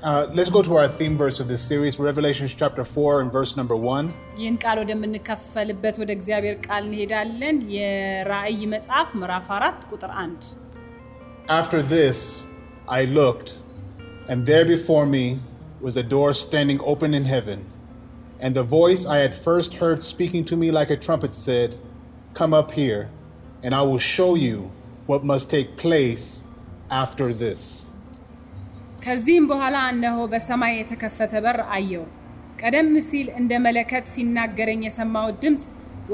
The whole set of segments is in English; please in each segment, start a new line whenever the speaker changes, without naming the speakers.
Uh, let's go to our theme verse of this series, Revelations chapter 4 and verse number 1.
ይህን ቃል ወደምንከፈልበት ወደ እግዚአብሔር ቃል እንሄዳለን። የራእይ መጽሐፍ ምዕራፍ 4 ቁጥር 1
After this, I looked, and there before me was a door standing open in heaven. And the voice I had first heard speaking to me like a trumpet said, Come up here, and I will show you what must take place after this.
ከዚህም በኋላ እነሆ በሰማይ የተከፈተ በር አየው። ቀደም ሲል እንደ መለከት ሲናገረኝ የሰማሁት ድምፅ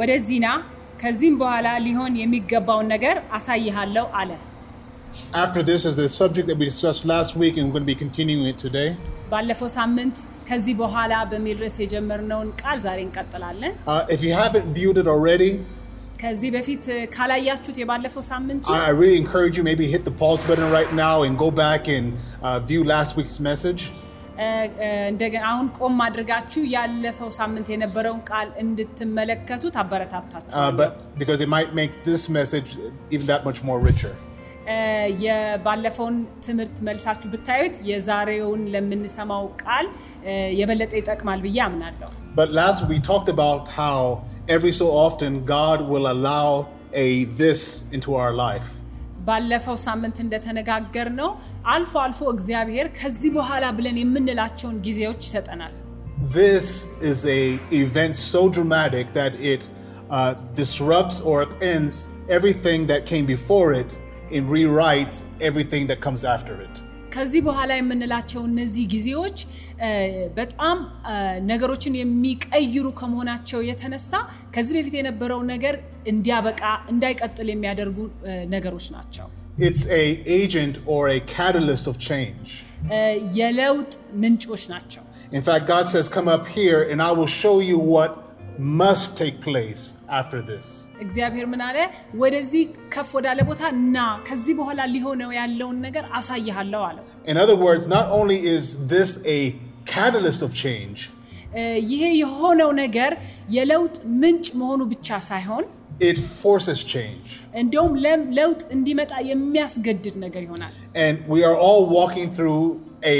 ወደዚህ ና፣ ከዚህም በኋላ ሊሆን የሚገባውን ነገር አሳይሃለሁ አለ።
After this is the subject that we discussed last week, and we're going to be continuing it today.
ባለፈው ሳምንት ከዚህ በኋላ በሚል ርዕስ የጀመርነውን ቃል ዛሬ እንቀጥላለን።
Uh, if you haven't viewed it already,
ከዚህ በፊት ካላያችሁት የባለፈው ሳምንቱ
I, I really encourage you maybe hit the pause button right now and go back and uh, view last week's message.
እ፣ እ፣ እንደገና አሁን ቆም አድርጋችሁ ያለፈው ሳምንት የነበረውን ቃል እንድትመለከቱት አበረታታችሁ።
uh, but because it might make this message even that much more richer.
እ፣ የባለፈውን ትምህርት መልሳችሁ ብታዩት የዛሬውን ለምንሰማው ቃል እ፣ የበለጠ ይጠቅማል ብዬ አምናለሁ።
But last we talked about how every so often God will allow a this into our life.
ባለፈው ሳምንት እንደተነጋገር ነው አልፎ አልፎ እግዚአብሔር ከዚህ በኋላ ብለን የምንላቸውን ጊዜዎች ይሰጠናል።
This is a event so dramatic that it uh, disrupts or upends everything that came before it and rewrites everything that comes after it.
ከዚህ በኋላ የምንላቸው እነዚህ ጊዜዎች እ፣ በጣም እ፣ ነገሮችን የሚቀይሩ ከመሆናቸው የተነሳ ከዚህ በፊት የነበረው ነገር እንዲያበቃ እንዳይቀጥል የሚያደርጉ እ፣ ነገሮች ናቸው።
It's a agent or a catalyst of change.
እ፣ የለውጥ ምንጮች ናቸው።
In fact, God says, Come up here and I will show you what must take place after this.
እግዚአብሔር ምን አለ? ወደዚህ ከፍ ወዳለ ቦታ እና ከዚህ በኋላ ሊሆነው ያለውን ነገር አሳይሃለሁ አለው።
In other words, not only is this a catalyst of change,
እ፣ ይሄ የሆነው ነገር የለውጥ ምንጭ መሆኑ ብቻ ሳይሆን
it forces change.
እንደውም ለም- ለውጥ እንዲመጣ የሚያስገድድ ነገር ይሆናል።
And we are all walking through a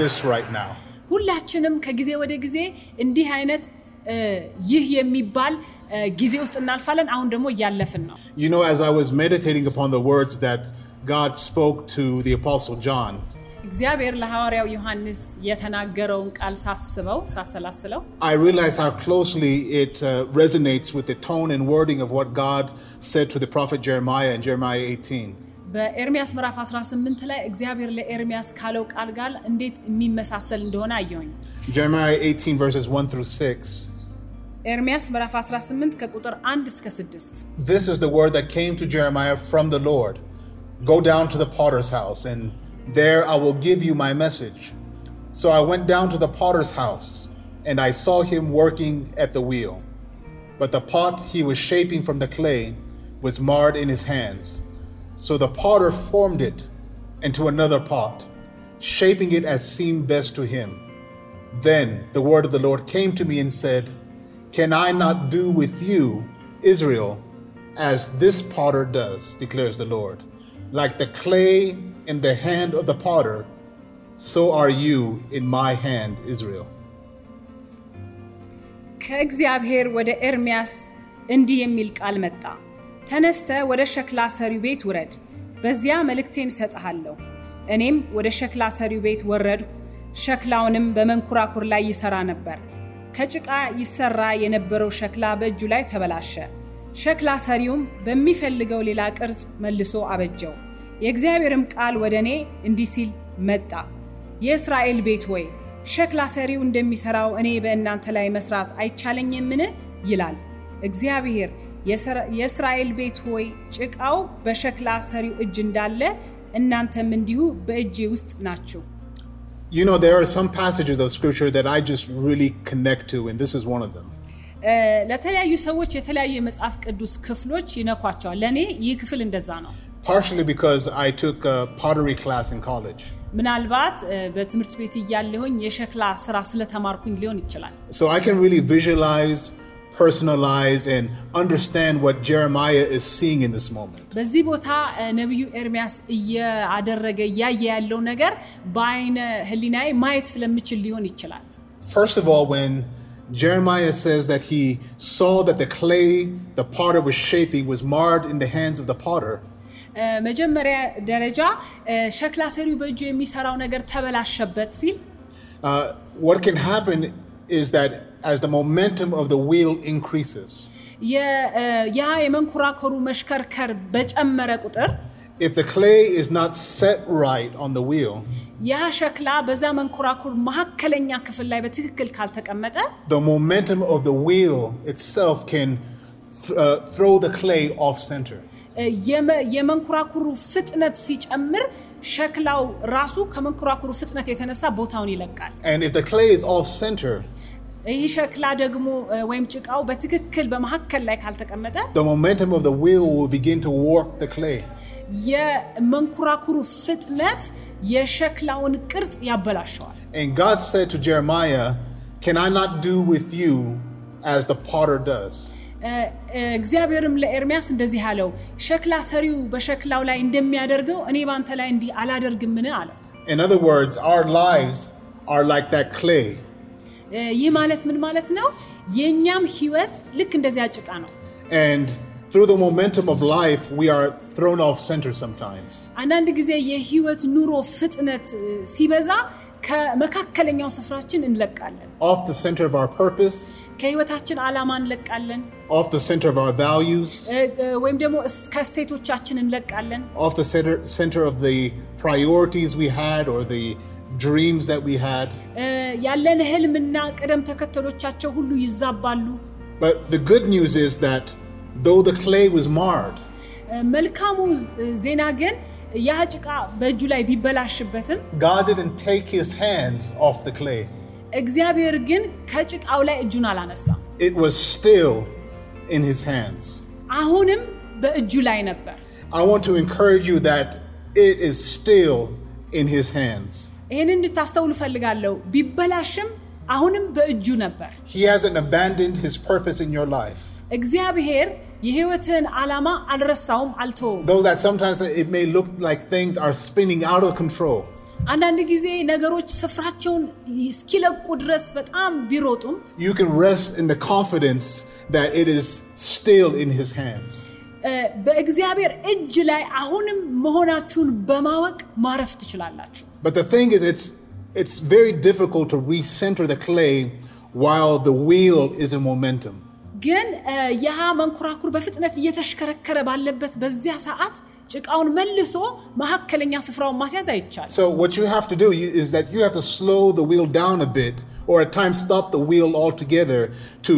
this right now.
ሁላችንም ከጊዜ ወደ ጊዜ እንዲህ አይነት እ፣ ይህ የሚባል እ፣ ጊዜ ውስጥ እናልፋለን። አሁን ደግሞ እያለፍን ነው።
You know, as I was meditating upon the words that God spoke to the Apostle John,
እግዚአብሔር ለሐዋርያው ዮሐንስ የተናገረውን ቃል ሳስበው ሳሰላስለው
I realized how closely it uh, resonates with the tone and wording of what God said to the prophet Jeremiah in Jeremiah 18.
በኤርሚያስ ምዕራፍ 18 ላይ እግዚአብሔር ለኤርሚያስ ካለው ቃል ጋር እንዴት የሚመሳሰል እንደሆነ አየሁኝ።
Jeremiah 18, verses 1 through 6.
ኤርሚያስ ምዕራፍ 18 ከቁጥር 1 እስከ 6
This is the word that came to Jeremiah from the Lord Go down to the potter's house, and there I will give you my message. So I went down to the potter's house, and I saw him working at the wheel. But the pot he was shaping from the clay was marred in his hands. So the potter formed it into another pot, shaping it as seemed best to him. Then the word of the Lord came to me and said, Can I not do with you, Israel, as this potter does, declares the Lord? Like the clay in the hand of the potter, so are you in my hand, Israel.
ከእግዚአብሔር ወደ ኤርሚያስ እንዲህ የሚል ቃል መጣ። ተነስተ ወደ ሸክላ ሰሪው ቤት ውረድ፣ በዚያ መልእክቴን እሰጥሃለሁ። እኔም ወደ ሸክላ ሰሪው ቤት ወረድሁ፣ ሸክላውንም በመንኮራኩር ላይ ይሰራ ነበር። ከጭቃ ይሰራ የነበረው ሸክላ በእጁ ላይ ተበላሸ። ሸክላ ሰሪውም በሚፈልገው ሌላ ቅርጽ መልሶ አበጀው። የእግዚአብሔርም ቃል ወደ እኔ እንዲህ ሲል መጣ የእስራኤል ቤት ሆይ ሸክላ ሰሪው እንደሚሰራው እኔ በእናንተ ላይ መስራት አይቻለኝምን? ይላል እግዚአብሔር። የሰራ- የእስራኤል ቤት ሆይ ጭቃው በሸክላ ሰሪው እጅ እንዳለ እናንተም እንዲሁ በእጄ ውስጥ ናችሁ።
You know, there are some passages of scripture that I just really connect to, and this is one of them.
እ፣ ለተለያዩ ሰዎች የተለያዩ የመጽሐፍ ቅዱስ ክፍሎች ይነኳቸዋል። ለእኔ ይህ ክፍል እንደዛ ነው።
Partially because I took a pottery class in college.
ምናልባት እ፣ በትምህርት ቤት እያለሁኝ የሸክላ ስራ ስለተማርኩኝ ሊሆን ይችላል።
So I can really visualize personalize and understand what Jeremiah is seeing in this moment.
በዚህ ቦታ እ፣ ነቢዩ ኤርሚያስ እያደረገ እያየ ያለው ነገር በአይነ ህሊናዬ ማየት ስለምችል ሊሆን ይችላል።
First of all, when Jeremiah says that he saw that the clay the potter was shaping was marred in the hands of the potter,
እ፣ መጀመሪያ ደረጃ እ፣ ሸክላ ሰሪው በእጁ የሚሰራው ነገር ተበላሸበት ሲል
uh, what can happen is that as the momentum of the wheel increases,
የ- እ፣ ያ የመንኮራኮሩ መሽከርከር በጨመረ ቁጥር
if the clay is not set right on the wheel,
ያ ሸክላ በዛ መንኮራኩር መካከለኛ ክፍል ላይ በትክክል ካልተቀመጠ
the momentum of the wheel itself can th- uh, throw the clay off center.
እ፣ የመ- የመንኮራኩሩ ፍጥነት ሲጨምር ሸክላው ራሱ ከመንኮራኩሩ ፍጥነት የተነሳ ቦታውን ይለቃል።
And if the clay is off center,
ይህ ሸክላ ደግሞ እ፣ ወይም ጭቃው በትክክል በመካከል ላይ ካልተቀመጠ
the momentum of the wheel will begin to warp the clay.
የመንኮራኩሩ ፍጥነት የሸክላውን ቅርጽ ያበላሸዋል።
And God said to Jeremiah, Can I not do with you as the potter does?
እ፣ እ፣ እግዚአብሔርም ለኤርሚያስ እንደዚህ አለው፣ ሸክላ ሰሪው በሸክላው ላይ እንደሚያደርገው እኔ ባንተ ላይ እንዲህ አላደርግምን አለው።
In other words, our lives are like that clay.
እ፣ ይህ ማለት ምን ማለት ነው? የእኛም ህይወት ልክ እንደዚያ ጭቃ ነው።
And through the momentum of life, we are thrown off center sometimes.
አንዳንድ ጊዜ የህይወት ኑሮ ፍጥነት እ፣ ሲበዛ ከመካከለኛው ስፍራችን እንለቃለን።
Off the center of our purpose,
ከህይወታችን ዓላማ እንለቃለን፣
off the center of our values,
እ፣ እ፣ ወይም ደግሞ እስ- ከእሴቶቻችን እንለቃለን።
off the center, center of the priorities we had or the dreams that we had.
እ፣ ያለን ህልምና ቅደም ተከተሎቻቸው ሁሉ ይዛባሉ።
But the good news is that though the clay was marred,
እ፣ መልካሙ እ፣ ዜና ግን ያ ጭቃ በእጁ ላይ ቢበላሽበትም
God didn't take his hands off the clay.
እግዚአብሔር ግን ከጭቃው ላይ እጁን አላነሳም።
It was still in his hands.
አሁንም በእጁ ላይ ነበር።
I want to encourage you that it is still in his hands.
ይህን እንድታስተውሉ እፈልጋለሁ። ቢበላሽም አሁንም በእጁ ነበር።
He hasn't abandoned his purpose in your life.
እግዚአብሔር የህይወትህን ዓላማ አልረሳውም፣ አልተወውም።
Though that sometimes it may look like things are spinning out of control,
አንዳንድ ጊዜ ነገሮች ስፍራቸውን እስኪለቁ ድረስ በጣም ቢሮጡም
you can rest in the confidence that it is still in his hands.
እ፣ በእግዚአብሔር እጅ ላይ አሁንም መሆናችሁን በማወቅ ማረፍ ትችላላችሁ።
But the thing is it's it's very difficult to recenter the clay while the wheel is in momentum.
ግን እ፣ ያህ መንኮራኩር በፍጥነት እየተሽከረከረ ባለበት በዚያ ሰዓት ጭቃውን መልሶ መካከለኛ ስፍራውን ማስያዝ አይቻል።
So what you have to do you- is that you have to slow the wheel down a bit, or at times stop the wheel altogether to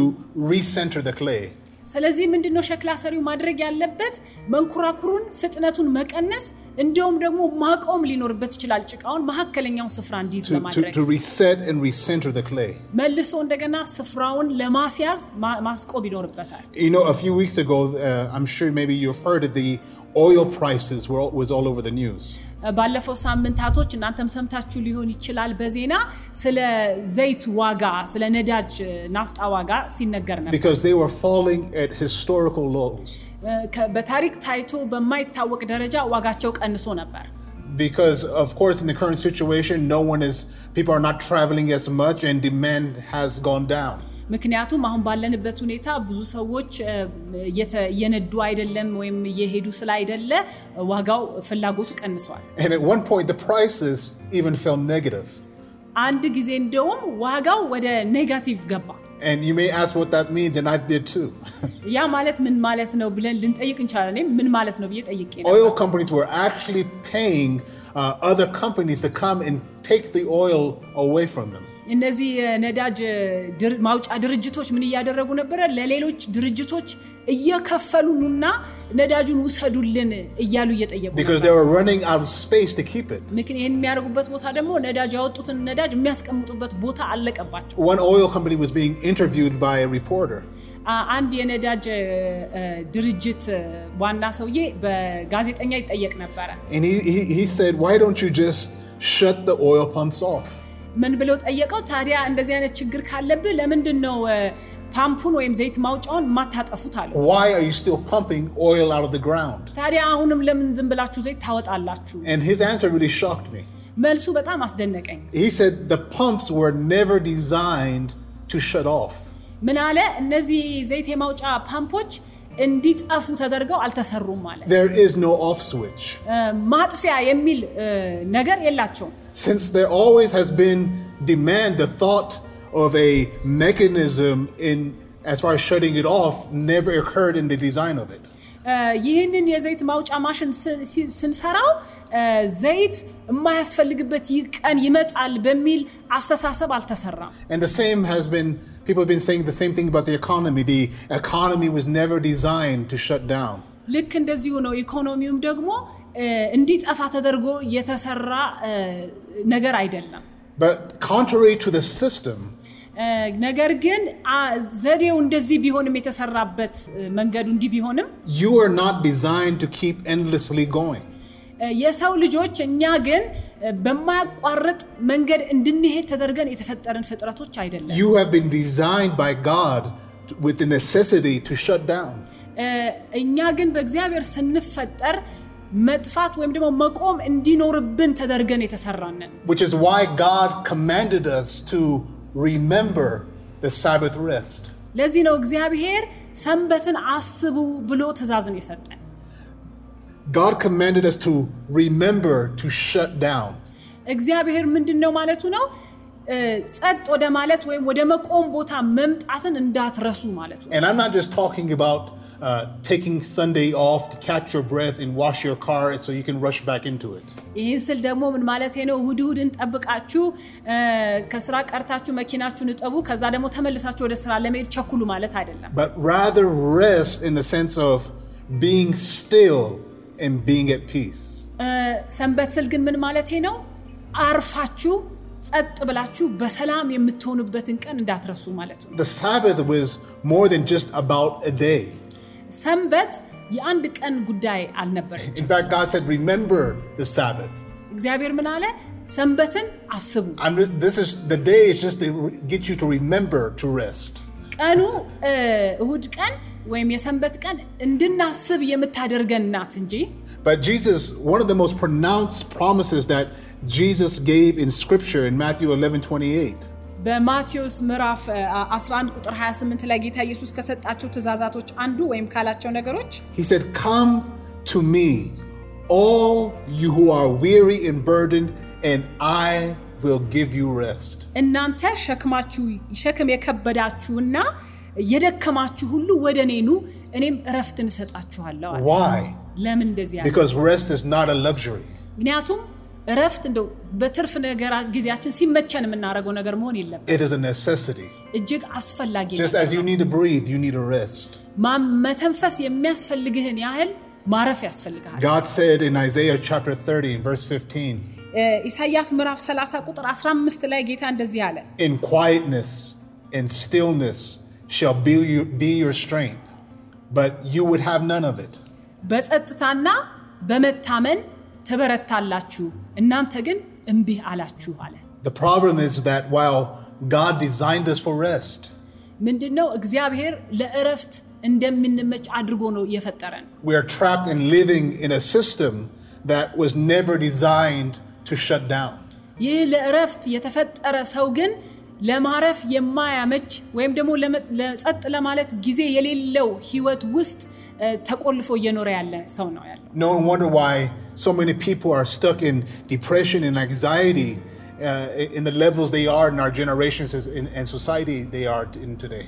recenter the clay.
ስለዚህ ምንድነው ሸክላ ሰሪው ማድረግ ያለበት? መንኮራኩሩን ፍጥነቱን መቀነስ፣ እንደውም ደግሞ ማቆም ሊኖርበት ይችላል። ጭቃውን መካከለኛውን ስፍራ እንዲይዝ
To, to,
ለማድረግ
to reset and recenter the clay.
መልሶ እንደገና ስፍራውን ለማስያዝ ማ- ማስቆም ይኖርበታል።
You know, a few weeks ago, uh, I'm sure maybe you've heard of the oil prices were all, was all over the news.
ባለፈው ሳምንታቶች እናንተም ሰምታችሁ ሊሆን ይችላል በዜና ስለ ዘይት ዋጋ፣ ስለ ነዳጅ ናፍጣ ዋጋ ሲነገር ነበር።
Because they were falling at historical lows
ከ- በታሪክ ታይቶ በማይታወቅ ደረጃ ዋጋቸው ቀንሶ ነበር።
because of course in the current situation no one is people are not traveling as much and demand has gone down
ምክንያቱም አሁን ባለንበት ሁኔታ ብዙ ሰዎች እ፣ እየተ- እየነዱ አይደለም ወይም እየሄዱ ስላይደለ ዋጋው ፍላጎቱ ቀንሷል።
and at one point the prices even fell negative
አንድ ጊዜ እንደውም ዋጋው ወደ ኔጋቲቭ ገባ።
And you may ask what that means, and I did too.
ያ ማለት ምን ማለት ነው ብለን ልንጠይቅ እንችላለን። እኔም ምን ማለት ነው ብዬ ጠይቄ ነው።
oil companies were actually paying uh, other companies to come and take the oil away from them.
እነዚህ የነዳጅ ድር- ማውጫ ድርጅቶች ምን እያደረጉ ነበረ? ለሌሎች ድርጅቶች እየከፈሉ ኑና ነዳጁን ውሰዱልን እያሉ እየጠየቁ
Because they
ነበር።
were running out of space to keep it.
ምክን- ይህን የሚያደርጉበት ቦታ ደግሞ ነዳጅ ያወጡትን ነዳጅ የሚያስቀምጡበት ቦታ አለቀባቸው።
One oil company was being interviewed by a reporter,
አ- አንድ የነዳጅ እ፣ እ፣ ድርጅት እ፣ ዋና ሰውዬ በጋዜጠኛ ይጠየቅ ነበረ።
and he, he, he said, Why don't you just shut the oil pumps off?
ምን ብለው ጠየቀው? ታዲያ እንደዚህ አይነት ችግር ካለብህ ለምንድን ነው እ፣ ፓምፑን ወይም ዘይት ማውጫውን የማታጠፉት አለው።
Why are you still pumping oil out of the ground?
ታዲያ አሁንም ለምን ዝም ብላችሁ ዘይት ታወጣላችሁ?
And his answer really shocked me.
መልሱ በጣም አስደነቀኝ።
He said the pumps were never designed to shut off.
ምን አለ? እነዚህ ዘይት የማውጫ ፓምፖች እንዲጠፉ ተደርገው አልተሰሩም ማለት
There is no off switch.
ማጥፊያ የሚል እ፣ ነገር የላቸውም።
Since there always has been demand, the thought of a mechanism in as far as shutting it off never occurred in the design of it.
እ፣ ይህንን የዘይት ማውጫ ማሽን ስ- ሲ- ስንሰራው እ፣ ዘይት የማያስፈልግበት ይህ ቀን ይመጣል በሚል አስተሳሰብ አልተሰራም።
And the same has been people have been saying the same thing about the economy. The economy was never designed to shut down.
ልክ እንደዚሁ ነው። ኢኮኖሚውም ደግሞ እ፣ እንዲጠፋ ተደርጎ የተሰራ እ፣ ነገር አይደለም።
But contrary to the system,
እ፣ ነገር ግን አ፣ ዘዴው እንደዚህ ቢሆንም የተሰራበት እ፣ መንገዱ እንዲህ ቢሆንም
you are not designed to keep endlessly going.
እ፣ የሰው ልጆች እኛ ግን እ፣ በማያቋርጥ መንገድ እንድንሄድ ተደርገን የተፈጠርን ፍጥረቶች አይደለም።
You have been designed by God t- with the necessity to shut down.
እ፣ እኛ ግን በእግዚአብሔር ስንፈጠር መጥፋት ወይም ደግሞ መቆም እንዲኖርብን ተደርገን የተሰራንን
which is why God commanded us to remember the Sabbath rest.
ለዚህ ነው እግዚአብሔር ሰንበትን አስቡ ብሎ ትእዛዝን የሰጠን።
God commanded us to remember to shut down.
እግዚአብሔር ምንድን ነው ማለቱ ነው እ፣ ጸጥ ወደ ማለት ወይም ወደ መቆም ቦታ መምጣትን እንዳትረሱ ማለት ነው።
And I'm not just talking about uh, taking Sunday off to catch your breath and wash your car so you can rush back into it.
ይህን ስል ደግሞ ምን ማለት ነው? እሁድ እሁድን ጠብቃችሁ እ፣ ከስራ ቀርታችሁ መኪናችሁን እጠቡ፣ ከዛ ደግሞ ተመልሳችሁ ወደ ስራ ለመሄድ ቸኩሉ ማለት አይደለም።
But rather rest in the sense of being still and being at peace.
እ፣ ሰንበት ስል ግን ምን ማለት ነው? አርፋችሁ ጸጥ ብላችሁ በሰላም የምትሆኑበትን ቀን እንዳትረሱ ማለት ነው።
The Sabbath was more than just about a day.
ሰንበት የአንድ ቀን ጉዳይ አልነበረም።
In fact, God said, Remember the Sabbath.
እግዚአብሔር ምን አለ? ሰንበትን አስቡ።
I'm, this is the day is just to re- get you to remember to rest.
ቀኑ እ፣ እሁድ ቀን ወይም የሰንበት ቀን እንድናስብ የምታደርገን ናት እንጂ
But Jesus, one of the most pronounced promises that Jesus gave in Scripture in Matthew 11 28,
በማቴዎስ ምዕራፍ እ፣ 11 ቁጥር 28 ላይ ጌታ ኢየሱስ ከሰጣቸው ትእዛዛቶች አንዱ ወይም ካላቸው ነገሮች
he said, Come to me, all you who are weary and burdened, and I will give you rest.
እናንተ ሸክማችሁ ሸክም የከበዳችሁና የደከማችሁ ሁሉ ወደ እኔ ኑ እኔም እረፍትን እሰጣችኋለሁ አለ።
Why?
ለምን እንደዚህ ያለ?
Because rest is not a luxury,
ምክንያቱም እረፍት እንደው በትርፍ ነገራ ጊዜያችን ሲመቸን የምናደርገው ነገር መሆን የለም።
it is a necessity.
እጅግ አስፈላጊ ነው።
Just as you need to breathe, you need a rest.
ማም- መተንፈስ የሚያስፈልግህን ያህል ማረፍ ያስፈልግሃል።
God said in Isaiah chapter 30 and verse 15,
እ፣ ኢሳይያስ ምዕራፍ 30 ቁጥር 15 ላይ ጌታ እንደዚህ አለ፣
In quietness and stillness shall be your, be your strength, but you would have none of it.
በጸጥታና በመታመን ትበረታላችሁ፣ እናንተ ግን እምቢ አላችሁ አለ።
The problem is that while God designed us for rest,
ምንድን ነው እግዚአብሔር ለእረፍት እንደምንመች አድርጎ ነው የፈጠረን።
we are trapped in living in a system that was never designed to shut down.
ይህ ለእረፍት የተፈጠረ ሰው ግን ለማረፍ የማያመች ወይም ደግሞ ለመ- ለጸጥ ለማለት ጊዜ የሌለው ህይወት ውስጥ እ፣ ተቆልፎ እየኖረ ያለ ሰው ነው ያለው።
No wonder why so many people are stuck in depression and anxiety uh, in the levels they are in our generations and and society they are in today.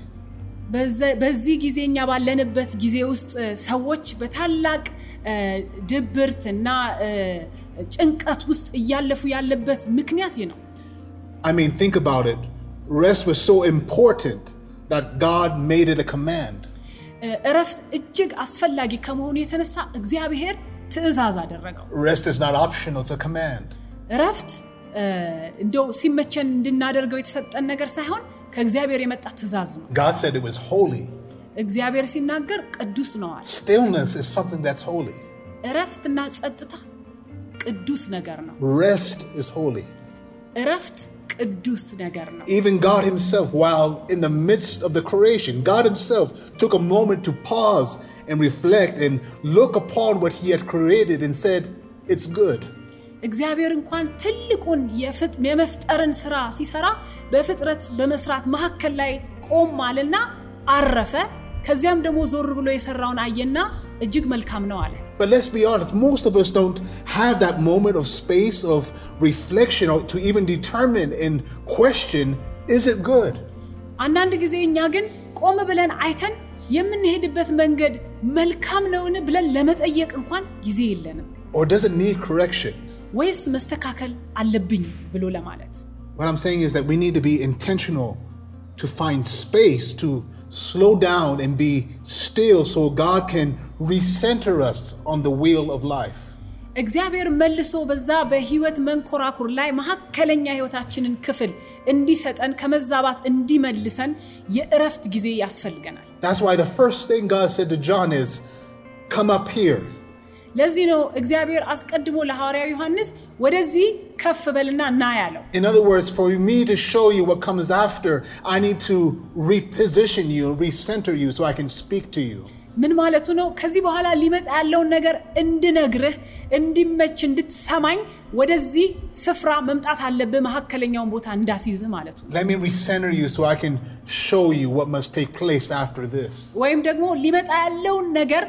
በዘ- በዚህ ጊዜ እኛ ባለንበት ጊዜ ውስጥ እ፣ ሰዎች በታላቅ እ፣ ድብርት እና እ፣ ጭንቀት ውስጥ እያለፉ ያለበት ምክንያት ይህ ነው።
I mean, think about it. Rest was so important that God made it a command.
እ፣ እረፍት እጅግ አስፈላጊ ከመሆኑ የተነሳ እግዚአብሔር ትዕዛዝ አደረገው።
Rest is not optional, it's a command.
እረፍት እ፣ እንደው ሲመቸን እንድናደርገው የተሰጠን ነገር ሳይሆን ከእግዚአብሔር የመጣ ትዕዛዝ ነው።
God said it was holy.
እግዚአብሔር ሲናገር ቅዱስ ነዋል።
Stillness is something that's holy.
እረፍትና ጸጥታ ቅዱስ ነገር ነው።
Rest is holy.
እረፍት ቅዱስ ነገር ነው።
Even God Himself, while in the midst of the creation, God Himself took a moment to pause and reflect and look upon what He had created and said, It's good.
እግዚአብሔር እንኳን ትልቁን የፍጥ- የመፍጠርን ስራ ሲሰራ በፍጥረት በመስራት መካከል ላይ ቆም አለና አረፈ። ከዚያም ደግሞ ዞር ብሎ የሰራውን አየና እጅግ መልካም ነው አለ።
But let's be honest, most of us don't have that moment of space of reflection or to even determine and question, Is it good?
አንዳንድ ጊዜ እኛ ግን ቆም ብለን አይተን የምንሄድበት መንገድ መልካም ነውን ብለን ለመጠየቅ እንኳን ጊዜ የለንም፣
Or does it need correction?
ወይስ መስተካከል አለብኝ ብሎ ለማለት
What I'm saying is that we need to be intentional to find space to slow down and be still so God can recenter us on the wheel of life.
እግዚአብሔር መልሶ በዛ በህይወት መንኮራኩር ላይ መካከለኛ ህይወታችንን ክፍል እንዲሰጠን ከመዛባት እንዲመልሰን የእረፍት ጊዜ ያስፈልገናል።
That's why the first thing God said to John is, Come up here.
ለዚህ ነው እግዚአብሔር አስቀድሞ ለሐዋርያው ዮሐንስ ወደዚህ ከፍ በልና ና ያለው።
In other words, for me to show you what comes after, I need to reposition you, recenter you so I can speak to you.
ምን ማለቱ ነው? ከዚህ በኋላ ሊመጣ ያለውን ነገር እንድነግርህ እንዲመች እንድትሰማኝ ወደዚህ ስፍራ መምጣት አለብህ፣ መካከለኛውን ቦታ እንዳስይዝህ ማለቱ ነው።
Let me recenter you so I can show you what must take place after this.
ወይም ደግሞ ሊመጣ ያለውን ነገር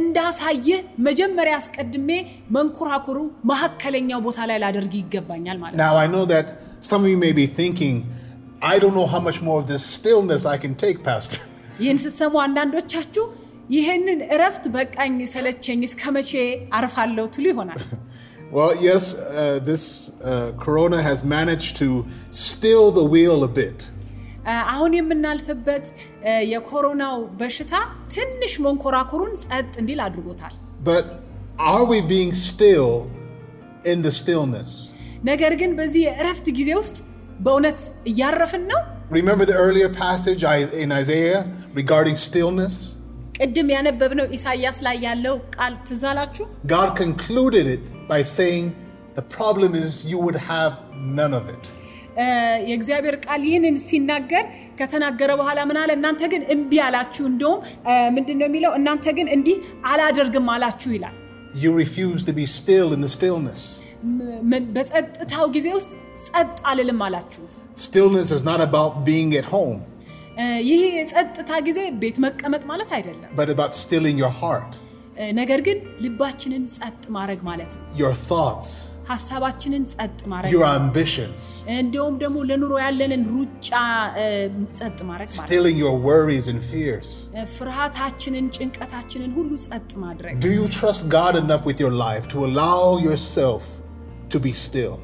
እንዳሳይህ መጀመሪያ አስቀድሜ መንኮራኩሩ መካከለኛው ቦታ ላይ ላደርግ ይገባኛል ማለት ነው።
Now, I know that some of you may be thinking, I don't know how much more of this stillness I can take, Pastor.
ይህን ስትሰሙ አንዳንዶቻችሁ ይህንን እረፍት በቃኝ ሰለቸኝ እስከ መቼ አርፋለሁ ትሉ ይሆናል።
Well, yes, uh, this uh, corona has managed to still the wheel a bit.
እ፣ አሁን የምናልፍበት እ፣ የኮሮናው በሽታ ትንሽ መንኮራኩሩን ጸጥ እንዲል አድርጎታል።
But are we being still in the stillness?
ነገር ግን በዚህ የእረፍት ጊዜ ውስጥ በእውነት እያረፍን ነው።
Remember the earlier passage I- in Isaiah regarding stillness?
ቅድም ያነበብነው ኢሳይያስ ላይ ያለው ቃል ትዝ አላችሁ?
God concluded it by saying, The problem is you would have none of it.
እ፣ የእግዚአብሔር ቃል ይህንን ሲናገር ከተናገረ በኋላ ምን አለ? እናንተ ግን እምቢ አላችሁ። እንደውም እ፣ ምንድን ነው የሚለው? እናንተ ግን እንዲህ አላደርግም አላችሁ ይላል።
You refuse to be still in the stillness.
ም- ም- በጸጥታው ጊዜ ውስጥ ጸጥ አልልም አላችሁ።
Stillness is not about being at home,
እ፣ ይህ የጸጥታ ጊዜ ቤት መቀመጥ ማለት አይደለም።
but about stilling your heart,
እ፣ ነገር ግን ልባችንን ጸጥ ማድረግ ማለት ነው።
your thoughts,
ሀሳባችንን ጸጥ ማድረግ
your ambitions,
እንደውም ደግሞ ለኑሮ ያለንን ሩጫ እ፣ ጸጥ ማድረግ ማለት ነው።
stilling your worries and fears.
እ፣ ፍርሃታችንን፣ ጭንቀታችንን ሁሉ ጸጥ ማድረግ
Do you trust God enough with your life to allow yourself to be still?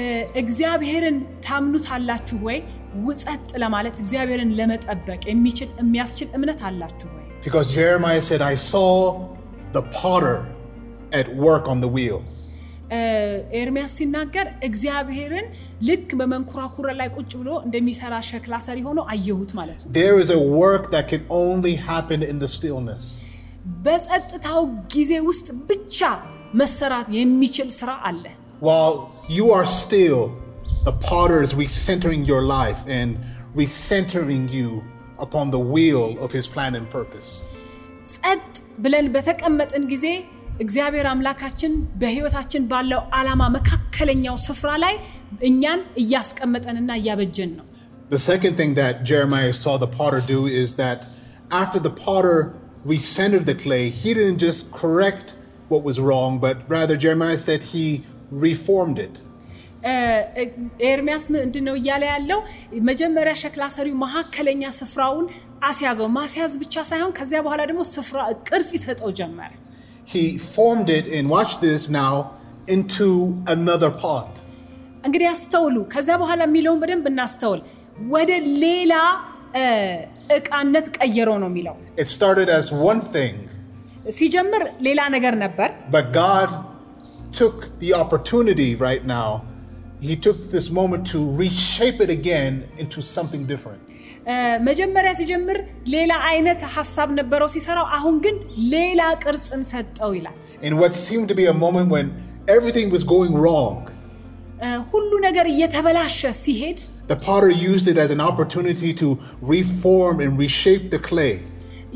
እ፣ እግዚአብሔርን ታምኑታላችሁ ወይ? ው- ጸጥ ለማለት እግዚአብሔርን ለመጠበቅ የሚችል የሚያስችል እምነት አላችሁ ወይ?
Because Jeremiah said, I saw the potter at work on the wheel.
እ፣ ኤርሚያስ ሲናገር እግዚአብሔርን ልክ በመንኮራኩረ ላይ ቁጭ ብሎ እንደሚሰራ ሸክላ ሰሪ ሆኖ አየሁት ማለት ነው።
There is a work that can only happen in the stillness.
በጸጥታው ጊዜ ውስጥ ብቻ መሰራት የሚችል ስራ አለ።
While you are still, the potter is recentering your life and recentering you upon the wheel of his plan and purpose.
ጸጥ ብለን በተቀመጥን ጊዜ እግዚአብሔር አምላካችን በሕይወታችን ባለው ዓላማ መካከለኛው ስፍራ ላይ እኛን እያስቀመጠንና እያበጀን ነው።
The second thing that Jeremiah saw the potter do is that after the potter recentered the clay, he didn't just correct what was wrong, but rather Jeremiah said he reformed it.
እ፣ እ፣ ኤርሚያስ ምንድን ነው እያለ ያለው? መጀመሪያ ሸክላ ሰሪው መካከለኛ ስፍራውን አስያዘው። ማስያዝ ብቻ ሳይሆን ከዚያ በኋላ ደግሞ ስፍራ ቅርጽ ይሰጠው ጀመረ።
He formed it, and watch this now, into another pot.
እንግዲህ አስተውሉ። ከዚያ በኋላ የሚለውን በደንብ እናስተውል። ወደ ሌላ እ፣ ዕቃነት ቀየረው ነው የሚለው።
It started as one thing,
ሲጀምር ሌላ ነገር ነበር።
But God took the opportunity right now. He took this moment to reshape it again into something different.
እ፣ መጀመሪያ ሲጀምር ሌላ አይነት ሀሳብ ነበረው ሲሰራው፣ አሁን ግን ሌላ ቅርጽን ሰጠው ይላል።
In what seemed to be a moment when everything was going wrong,
እ፣ ሁሉ ነገር እየተበላሸ ሲሄድ
The potter used it as an opportunity to reform and reshape the clay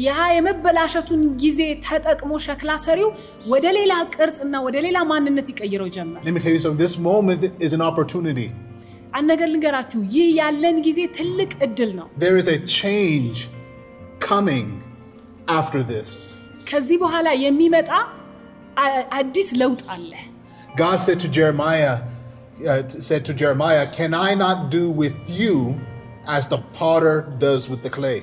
ያ የመበላሸቱን ጊዜ ተጠቅሞ ሸክላ ሰሪው ወደ ሌላ ቅርጽና ወደ ሌላ ማንነት ይቀይረው ጀመር።
Let me tell you something. This moment is an opportunity.
አንድ ነገር ልንገራችሁ፣ ይህ ያለን ጊዜ ትልቅ እድል ነው።
There is a change coming after this.
ከዚህ በኋላ የሚመጣ አ- አዲስ ለውጥ አለ።
God said to Jeremiah, uh, t- said to Jeremiah, "Can I not do with you as the potter does with the clay?"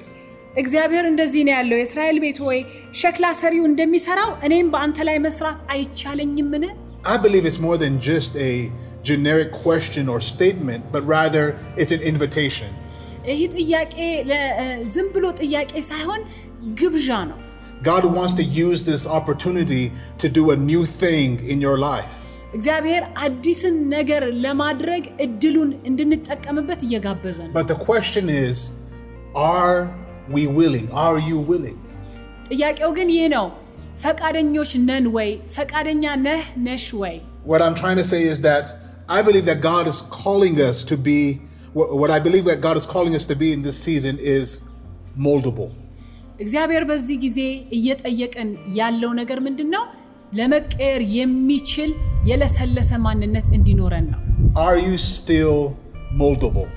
እግዚአብሔር እንደዚህ ነው ያለው፣ የእስራኤል ቤት ሆይ ሸክላ ሰሪው እንደሚሰራው እኔም በአንተ ላይ መስራት አይቻለኝምን?
I believe it's more than just a generic question or statement, but rather it's an invitation.
ይህ ጥያቄ ለ- እ፣ ዝም ብሎ ጥያቄ ሳይሆን ግብዣ ነው።
God wants to use this opportunity to do a new thing in your life.
እግዚአብሔር አዲስን ነገር ለማድረግ እድሉን እንድንጠቀምበት እየጋበዘ ነው።
But the question is, are we willing? Are you willing?
ጥያቄው ግን ይህ ነው፣ ፈቃደኞች ነን ወይ? ፈቃደኛ ነህ ነሽ ወይ?
What I'm trying to say is that I believe that God is calling us to be, what what I believe that God is calling us to be in this season is moldable.
እግዚአብሔር በዚህ ጊዜ እየጠየቀን ያለው ነገር ምንድን ነው? ለመቀየር የሚችል የለሰለሰ ማንነት እንዲኖረን ነው።
Are you still moldable?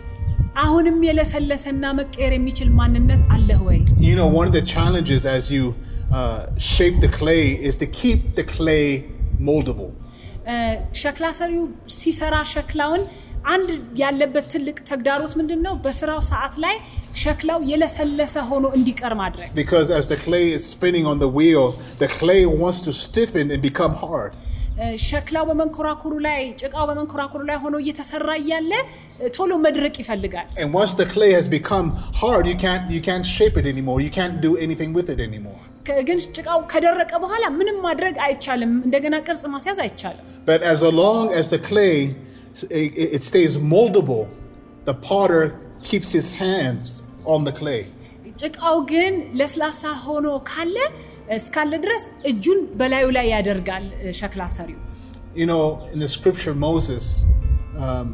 አሁንም የለሰለሰና መቀየር የሚችል ማንነት አለህ ወይ?
You know, one of the challenges as you uh, shape the clay is to keep the clay moldable.
እ፣ ሸክላ ሰሪው ሲሰራ ሸክላውን አንድ ያለበት ትልቅ ተግዳሮት ምንድን ነው? በስራው ሰዓት ላይ ሸክላው የለሰለሰ ሆኖ እንዲቀር ማድረግ።
Because as the clay is spinning on the wheel, the clay wants to stiffen and become hard.
እ፣ ሸክላው በመንኮራኩሩ ላይ ጭቃው በመንኮራኩሩ ላይ ሆኖ እየተሰራ እያለ እ፣ ቶሎ መድረቅ ይፈልጋል።
And once the clay has become hard, you can't you can't shape it anymore. You can't do anything with it anymore.
ከ- ግን ጭቃው ከደረቀ በኋላ ምንም ማድረግ አይቻልም። እንደገና ቅርጽ ማስያዝ አይቻልም።
But as long as the clay it, it stays moldable, the potter keeps his hands on the clay.
ጭቃው ግን ለስላሳ ሆኖ ካለ እስካለ ድረስ እጁን በላዩ ላይ ያደርጋል እ፣ ሸክላ ሰሪው።
You know, in the scripture, Moses, um,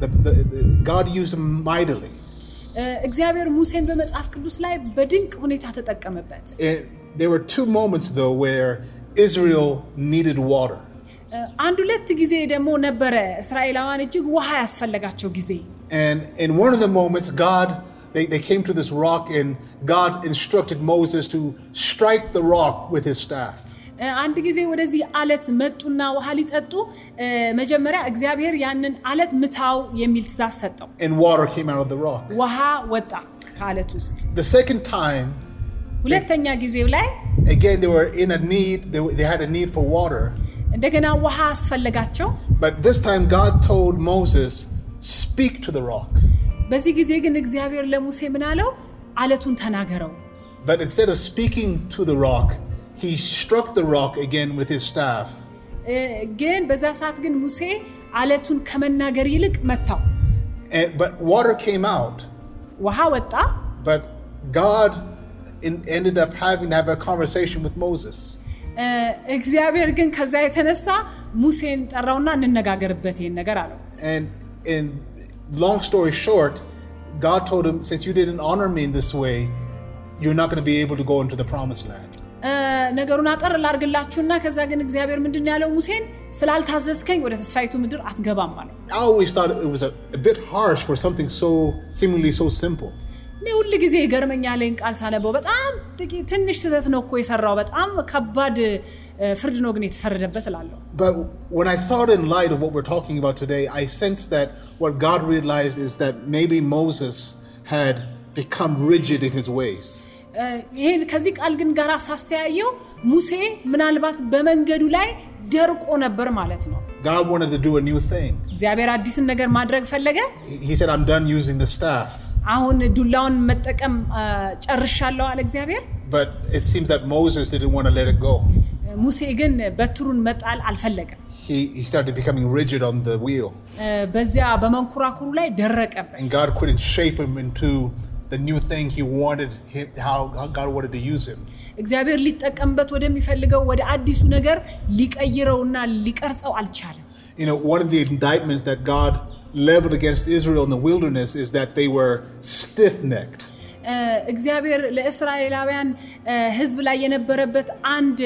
the, the, the- God used him mightily.
እ፣ እግዚአብሔር ሙሴን በመጽሐፍ ቅዱስ ላይ በድንቅ ሁኔታ ተጠቀመበት።
It, there were two moments though where Israel needed water.
እ፣ አንድ ሁለት ጊዜ ደግሞ ነበረ እስራኤላውያን እጅግ ውሃ ያስፈለጋቸው ጊዜ።
And in one of the moments, God, they, they came to this rock and God instructed Moses to strike the rock with his staff.
እ፣ አንድ ጊዜ ወደዚህ አለት መጡና ውሃ ሊጠጡ እ፣ መጀመሪያ እግዚአብሔር ያንን አለት ምታው የሚል ትእዛዝ ሰጠው።
And water came out of the rock.
ውሃ ወጣ ከአለት ውስጥ።
The second time,
ሁለተኛ ጊዜው ላይ
again, they were in a need, they, were- they had a need for water.
እንደገና ውሃ አስፈለጋቸው።
But this time, God told Moses, Speak to the rock.
በዚህ ጊዜ ግን እግዚአብሔር ለሙሴ ምን አለው? አለቱን ተናገረው።
But instead of speaking to the rock, he struck the rock again with his staff.
እ፣ ግን በዛ ሰዓት ግን ሙሴ አለቱን ከመናገር ይልቅ መታው።
And, but water came out.
ውሃ ወጣ።
But God in, ended up having to have a conversation with Moses.
እ፣ እግዚአብሔር ግን ከዛ የተነሳ ሙሴን ጠራውና እንነጋገርበት ይህን ነገር አለው።
And in long story short, God told him, Since you didn't honor me in this way, you're not going to be able to go into the promised land.
እ፣ ነገሩን አጠር ላርግላችሁና ከዛ ግን እግዚአብሔር ምንድን ነው ያለው ሙሴን ስላልታዘዝከኝ ወደ ተስፋይቱ ምድር አትገባም አለው።
I always thought it was a, a bit harsh for something so seemingly so simple.
እኔ ሁል ጊዜ ይገርመኛል ይህን ቃል ሳነበው። በጣም ጥቂት ትንሽ ስህተት ነው እኮ የሰራው፣ በጣም ከባድ እ፣ ፍርድ ነው ግን የተፈረደበት እላለሁ።
But when I saw it in light of what we're talking about today, I sensed that what God realized is that maybe Moses had become rigid in his ways.
እ፣ ይህን ከዚህ ቃል ግን ጋር ሳስተያየው ሙሴ ምናልባት በመንገዱ ላይ ደርቆ ነበር ማለት ነው።
God wanted to do a new thing.
እግዚአብሔር አዲስን ነገር ማድረግ ፈለገ።
He- He said, I'm done using the staff.
አሁን ዱላውን መጠቀም እ፣ ጨርሻለሁ አለ እግዚአብሔር።
But it seems that Moses didn't want to let it go.
እ፣ ሙሴ ግን በትሩን መጣል አልፈለገም።
He, he started becoming rigid on the wheel.
እ፣ በዚያ በመንኮራኩሩ ላይ ደረቀበት።
And God couldn't shape him into the new thing he wanted, him, how, how God wanted to use him.
እግዚአብሔር ሊጠቀምበት ወደሚፈልገው ወደ አዲሱ ነገር ሊቀይረውና ሊቀርጸው አልቻለም።
you know, one of the indictments that God leveled against Israel in the wilderness is that they were stiff necked.
እ፣ እግዚአብሔር ለእስራኤላውያን እ፣ ሕዝብ ላይ የነበረበት አንድ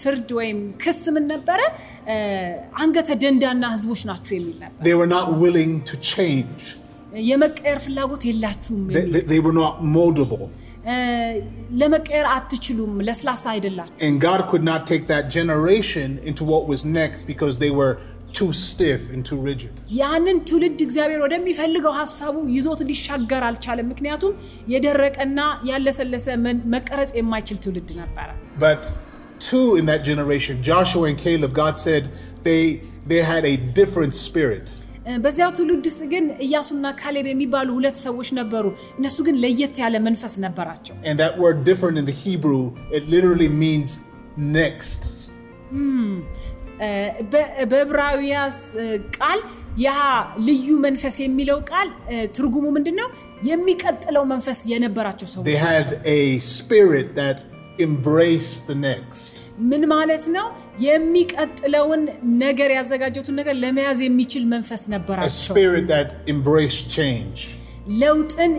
ፍርድ ወይም ክስ ምን ነበረ? እ፣ አንገተ ደንዳና ሕዝቦች ናችሁ የሚል ነበር።
They were not willing to change,
የመቀየር ፍላጎት የላችሁም
they,
የሚል
they- they were not moldable.
እ፣ ለመቀየር አትችሉም፣ ለስላሳ አይደላችሁ።
And God could not take that generation into what was next because they were too stiff and too rigid.
ያንን ትውልድ እግዚአብሔር ወደሚፈልገው ሀሳቡ ይዞት ሊሻገር አልቻለም። ምክንያቱም የደረቀና ያለሰለሰ መን- መቀረጽ የማይችል ትውልድ ነበረ።
But two in that generation, Joshua and Caleb, God said they they had a different spirit.
እ፣ በዚያው ትውልድ ውስጥ ግን ኢያሱና ካሌብ የሚባሉ ሁለት ሰዎች ነበሩ። እነሱ ግን ለየት ያለ መንፈስ ነበራቸው።
And that word different in the Hebrew, it literally means next.
እ፣ በ- በዕብራውያን እ፣ ቃል ያ ልዩ መንፈስ የሚለው ቃል እ፣ ትርጉሙ ምንድን ነው? የሚቀጥለው መንፈስ የነበራቸው ሰዎች
They had a spirit that embraced the next.
ምን ማለት ነው? የሚቀጥለውን ነገር ያዘጋጀቱን ነገር ለመያዝ የሚችል መንፈስ
A
ነበራቸው።
spirit that embraced change.
ለውጥን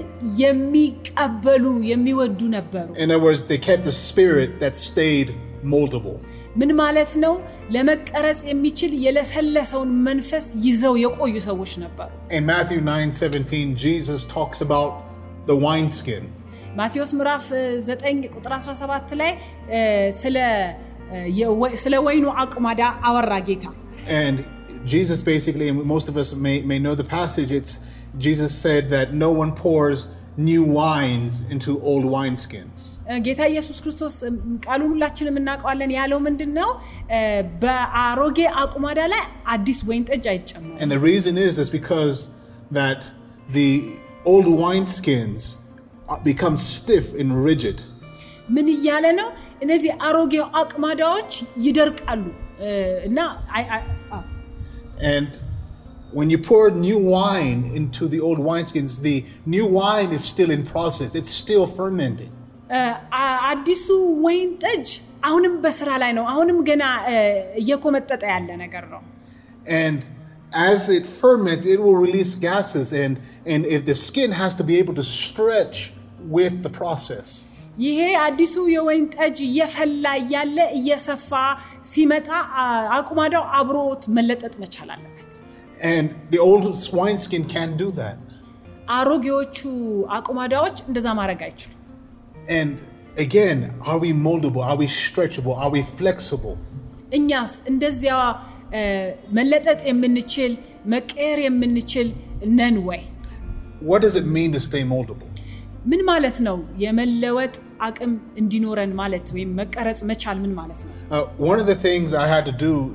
የሚቀበሉ የሚወዱ ነበሩ።
In other words, they kept a spirit that stayed moldable.
ምን ማለት ነው? ለመቀረጽ የሚችል የለሰለሰውን መንፈስ ይዘው የቆዩ ሰዎች ነበሩ።
In Matthew 9 17, Jesus talks about the wineskin.
ማቴዎስ ምዕራፍ እ, 9 ቁጥር 17 ላይ እ፣ ስለ እ፣ የወ- ስለ ወይኑ አቁማዳ አወራ ጌታ።
And Jesus basically, and most of us may, may know the passage, it's Jesus said that no one pours new wines into old wineskins.
እ፣ ጌታ ኢየሱስ ክርስቶስ እ፣ ቃሉን ሁላችንም እናውቀዋለን ያለው ምንድን ነው? እ፣ በአሮጌ አቁማዳ ላይ አዲስ ወይን ጠጅ አይጨመርም።
And the reason is is because that the old wineskins are- become stiff and rigid.
ምን እያለ ነው? እነዚህ አሮጌ አቁማዳዎች ይደርቃሉ እ፣ እና አይ- አይ- አዎ።
And when you pour new wine into the old wineskins, the new wine is still in process. It's still fermenting.
እ፣ አ- አዲሱ ወይን ጠጅ አሁንም በስራ ላይ ነው። አሁንም ገና እ፣ እየኮመጠጠ ያለ ነገር ነው።
And as it ferments, it will release gases, and and if the skin has to be able to stretch with the process.
ይሄ አዲሱ የወይን ጠጅ እየፈላ እያለ እየሰፋ ሲመጣ አ- አቁማዳው አብሮት መለጠጥ መቻል አለበት።
And the old swine skin can't do that.
አሮጌዎቹ አቁማዳዎች እንደዛ ማድረግ አይችሉም።
And again, are we moldable? Are we stretchable? Are we flexible?
እኛስ እንደዚያ እ፣ መለጠጥ የምንችል መቀየር የምንችል ነን ወይ?
What does it mean to stay moldable?
ምን ማለት ነው? የመለወጥ አቅም እንዲኖረን ማለት ወይም መቀረጽ መቻል ምን ማለት ነው?
Uh, one of the things I had to do, i-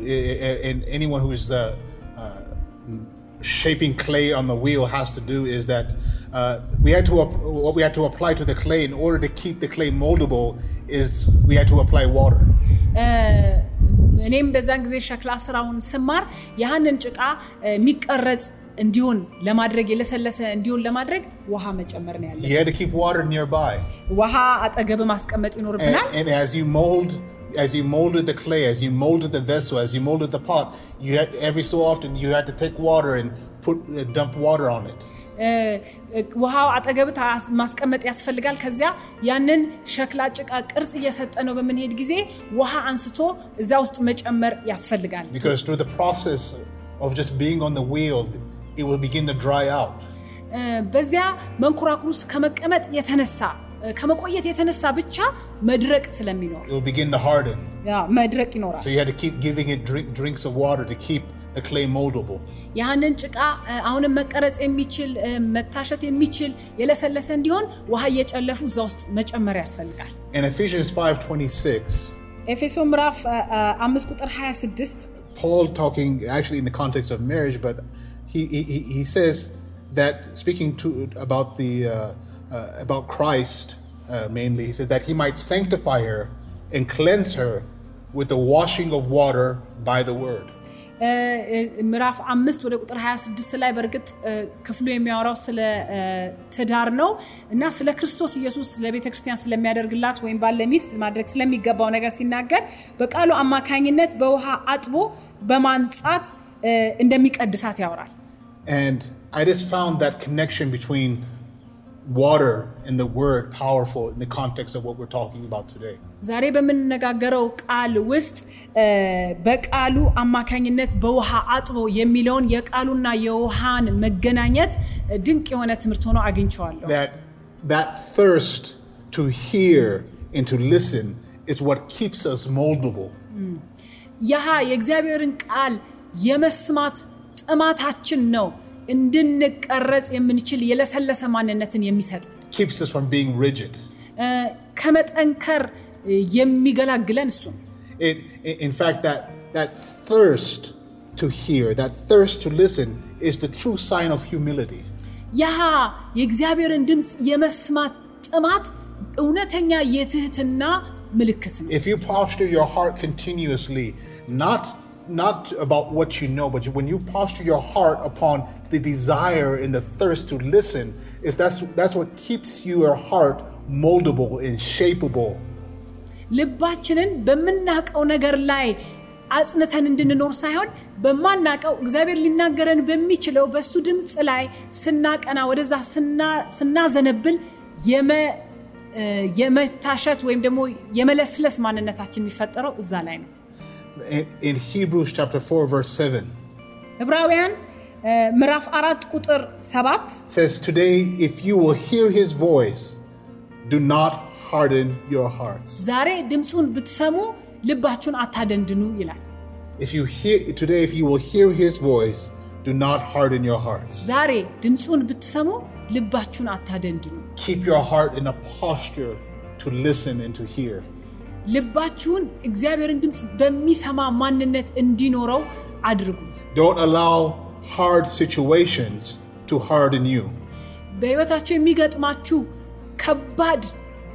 i- and anyone who is uh, uh, shaping clay on the wheel has to do, is that uh, we had to ap- what we had to apply to the clay in order to keep the clay moldable is we had to apply water.
እ፣ እኔም በዛን ጊዜ ሸክላ ስራውን ስማር ያህንን ጭቃ እ፣ የሚቀረጽ እንዲሆን ለማድረግ የለሰለሰ እንዲሆን ለማድረግ ውሃ መጨመር ነው ያለ።
You had to keep water nearby,
ውሃ አጠገብ ማስቀመጥ
and,
ይኖርብናል።
and as you mold. As you molded the clay, as you molded the vessel, as you molded the pot, you had every so often you had to take water and put uh, dump water on it.
እ፣ እ፣ ውሃው አጠገብ ታስ- ማስቀመጥ ያስፈልጋል። ከዚያ ያንን ሸክላ ጭቃ ቅርጽ እየሰጠ ነው በምንሄድ ጊዜ ውሃ አንስቶ እዛ ውስጥ መጨመር ያስፈልጋል።
because through the process of just being on the wheel, it will begin to dry out.
እ፣ በዚያ መንኮራኩር ውስጥ ከመቀመጥ የተነሳ እ፣ ከመቆየት የተነሳ ብቻ መድረቅ ስለሚኖር
It will begin to harden.
ያ፣ መድረቅ ይኖራል።
So you had to keep giving it drink, drinks of water to keep the clay moldable.
ያህንን ጭቃ እ፣ አሁንም መቀረጽ የሚችል እ፣ መታሸት የሚችል የለሰለሰ እንዲሆን ውሃ እየጨለፉ እዛ ውስጥ መጨመር ያስፈልጋል።
In Ephesians 5:26,
ኤፌሶ ምዕራፍ እ፣ እ፣ አምስት ቁጥር 26
Paul talking actually in the context of marriage, but he he, he he says that speaking to about the uh, uh, about Christ uh, mainly, he said that he might sanctify her and cleanse her with the washing of water by the word.
እ፣ እ፣ ምዕራፍ አምስት ወደ ቁጥር 26 ላይ በእርግጥ እ፣ ክፍሉ የሚያወራው ስለ እ፣ ትዳር ነው እና ስለ ክርስቶስ ኢየሱስ ለቤተ ክርስቲያን ስለሚያደርግላት ወይም ባለ ሚስት ማድረግ ስለሚገባው ነገር ሲናገር በቃሉ አማካኝነት በውሃ አጥቦ በማንጻት እ፣ እንደሚቀድሳት ያወራል።
And I just found that connection between water and the word powerful in the context of what we're talking about today.
ዛሬ በምንነጋገረው ቃል ውስጥ እ፣ በቃሉ አማካኝነት በውሃ አጥቦ የሚለውን የቃሉና የውሃን መገናኘት እ፣ ድንቅ የሆነ ትምህርት ሆኖ አግኝቼዋለሁ።
That that thirst to hear and to listen is what keeps us moldable.
ያሃ የእግዚአብሔርን ቃል የመስማት ጥማታችን ነው እንድንቀረጽ የምንችል የለሰለሰ ማንነትን የሚሰጥ
keeps us from being rigid.
እ፣ ከመጠንከር እ፣ የሚገላግለን እሱ ነው።
It, i- in fact, that that thirst to hear, that thirst to listen, is the true sign of humility.
ያሃ የእግዚአብሔርን ድምፅ የመስማት ጥማት እውነተኛ የትህትና ምልክት ነው።
If you posture your heart continuously, not not about what you know, but when you posture your heart upon the desire and the thirst to listen, is that's that's what keeps your heart moldable and shapeable.
ልባችንን በምናውቀው ነገር ላይ አጽንተን እንድንኖር ሳይሆን በማናውቀው እግዚአብሔር ሊናገረን በሚችለው በእሱ ድምፅ ላይ ስናቀና ወደዛ ስና- ስናዘነብል የመ- እ፣ የመታሸት ወይም ደግሞ የመለስለስ ማንነታችን የሚፈጠረው እዛ ላይ ነው።
In, in Hebrews chapter four, verse seven.
ዕብራውያን እ፣ ምዕራፍ አራት ቁጥር ሰባት
says today if you will hear his voice do not harden your hearts
ዛሬ ድምፁን ብትሰሙ ልባችሁን አታደንድኑ ይላል።
if you hear today if you will hear his voice do not harden your hearts
ዛሬ ድምፁን ብትሰሙ ልባችሁን አታደንድኑ።
keep your heart in a posture to listen and to hear
ልባችሁን እግዚአብሔርን ድምፅ በሚሰማ ማንነት እንዲኖረው አድርጉ።
don't allow hard situations to harden you
በሕይወታችሁ የሚገጥማችሁ ከባድ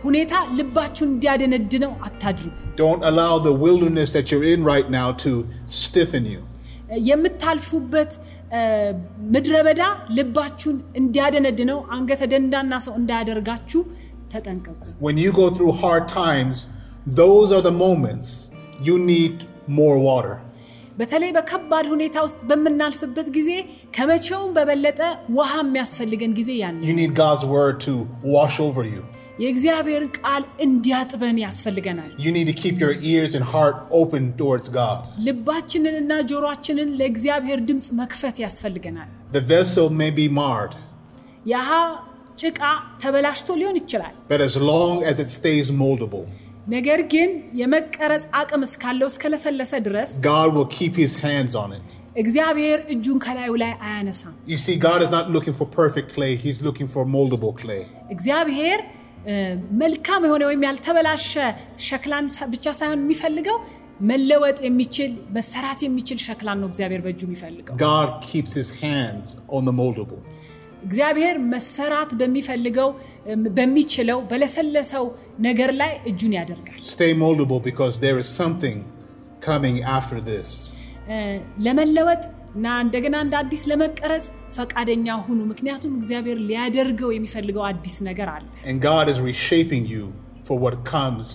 ሁኔታ ልባችሁን እንዲያደነድነው አታድርጉ።
don't allow the wilderness that you're in right now to stiffen you
የምታልፉበት እ፣ ምድረ በዳ ልባችሁን እንዲያደነድነው አንገተ ደንዳና ሰው እንዳያደርጋችሁ ተጠንቀቁ።
when you go through hard times those are the moments you need more water
በተለይ በከባድ ሁኔታ ውስጥ በምናልፍበት ጊዜ ከመቼውም በበለጠ ውሃ የሚያስፈልገን ጊዜ ያን ነው።
You need God's word to wash over you.
የእግዚአብሔርን ቃል እንዲያጥበን ያስፈልገናል።
You need to keep your ears and heart open towards God.
ልባችንንና ጆሮአችንን ለእግዚአብሔር ድምፅ መክፈት ያስፈልገናል።
The vessel may be marred,
ያሃ ጭቃ ተበላሽቶ ሊሆን ይችላል።
but as long as it stays moldable,
ነገር ግን የመቀረጽ አቅም እስካለው እስከለሰለሰ ድረስ
God will keep his hands on it.
እግዚአብሔር እጁን ከላዩ ላይ አያነሳም።
You see, God is not looking for perfect clay, he's looking for moldable clay.
እግዚአብሔር እ፣ መልካም የሆነ ወይም ያልተበላሸ ሸክላን ሳ- ብቻ ሳይሆን የሚፈልገው መለወጥ የሚችል መሰራት የሚችል ሸክላን ነው እግዚአብሔር በእጁ የሚፈልገው።
God keeps his hands on the moldable.
እግዚአብሔር መሰራት በሚፈልገው እ፣ በሚችለው በለሰለሰው ነገር ላይ እጁን ያደርጋል።
Stay moldable because there is something coming after this.
እ፣ ለመለወጥ እና እንደገና እንደ አዲስ ለመቀረጽ ፈቃደኛ ሁኑ። ምክንያቱም እግዚአብሔር ሊያደርገው የሚፈልገው አዲስ ነገር አለ።
And God is reshaping you for what comes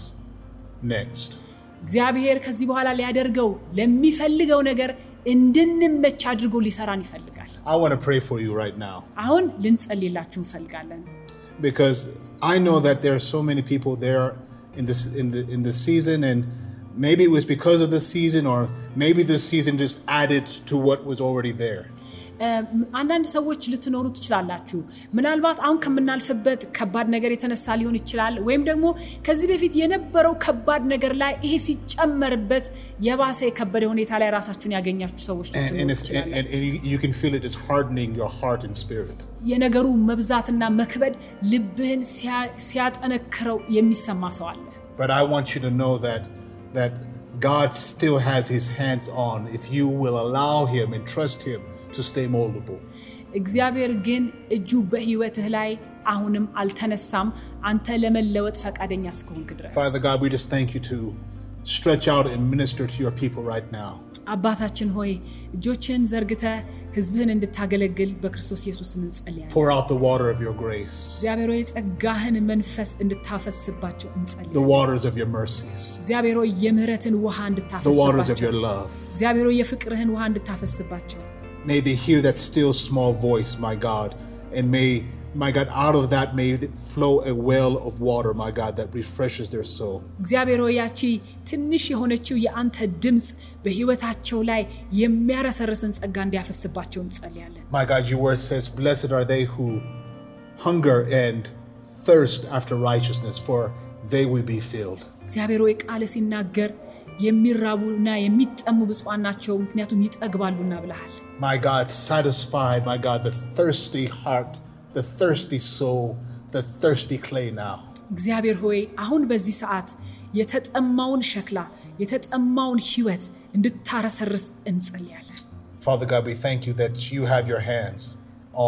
next.
እግዚአብሔር ከዚህ በኋላ ሊያደርገው ለሚፈልገው ነገር እንድንመች አድርጎ ሊሰራን ይፈልጋል።
I want to pray for you right now.
አሁን ልንጸልይላችሁ እንፈልጋለን።
because I know that there are so many people there in this in the in the season, and maybe it was because of this season, or maybe this season just added to what was already there.
እ፣ አንዳንድ ሰዎች ልትኖሩ ትችላላችሁ። ምናልባት አሁን ከምናልፍበት ከባድ ነገር የተነሳ ሊሆን ይችላል። ወይም ደግሞ ከዚህ በፊት የነበረው ከባድ ነገር ላይ ይሄ ሲጨመርበት የባሰ የከበደ ሁኔታ ላይ ራሳችሁን ያገኛችሁ ሰዎች
And,
ልትኖሩ
and, it's, and,
ትችላላችሁ።
and, and you, you can feel it is hardening your heart and spirit.
የነገሩ መብዛትና መክበድ ልብህን ሲያ- ሲያጠነክረው የሚሰማ ሰው አለ።
But I want you to know that that God still has His hands on if you will allow Him and trust Him to stay moldable.
እግዚአብሔር ግን እጁ በሕይወትህ ላይ አሁንም አልተነሳም፣ አንተ ለመለወጥ ፈቃደኛ እስከሆንክ ድረስ።
Father God, we just thank you to stretch out and minister to your people right now.
አባታችን ሆይ እጆችህን ዘርግተ ሕዝብህን እንድታገለግል በክርስቶስ ኢየሱስ ስም እንጸልያለን።
Pour out the water of your grace,
እግዚአብሔር ሆይ ጸጋህን መንፈስ እንድታፈስባቸው እንጸልያለን።
the waters of your mercies,
እግዚአብሔር ሆይ የምህረትን ውሃ
the waters of your
እንድታፈስባቸው
love.
እግዚአብሔር ሆይ የፍቅርህን ውሃ እንድታፈስባቸው
May they hear that still small voice, my God, and may, my God, out of that may flow a well of water, my God, that refreshes their soul.
እግዚአብሔር ሆይ ያቺ ትንሽ የሆነችው የአንተ ድምፅ በሕይወታቸው ላይ የሚያረሰርስን ጸጋ እንዲያፈስባቸው እንጸልያለን።
My God, your word says, Blessed are they who hunger and thirst after righteousness, for they will be filled.
እግዚአብሔር ሆይ ቃል ሲናገር የሚራቡና የሚጠሙ ብፁዓን ናቸው፣ ምክንያቱም ይጠግባሉና ብለሃል።
My God, satisfy, my God, the thirsty heart, the thirsty soul, the thirsty clay now.
እግዚአብሔር ሆይ አሁን በዚህ ሰዓት የተጠማውን ሸክላ የተጠማውን ሕይወት እንድታረሰርስ እንጸልያለን።
Father God, we thank you that you have your hands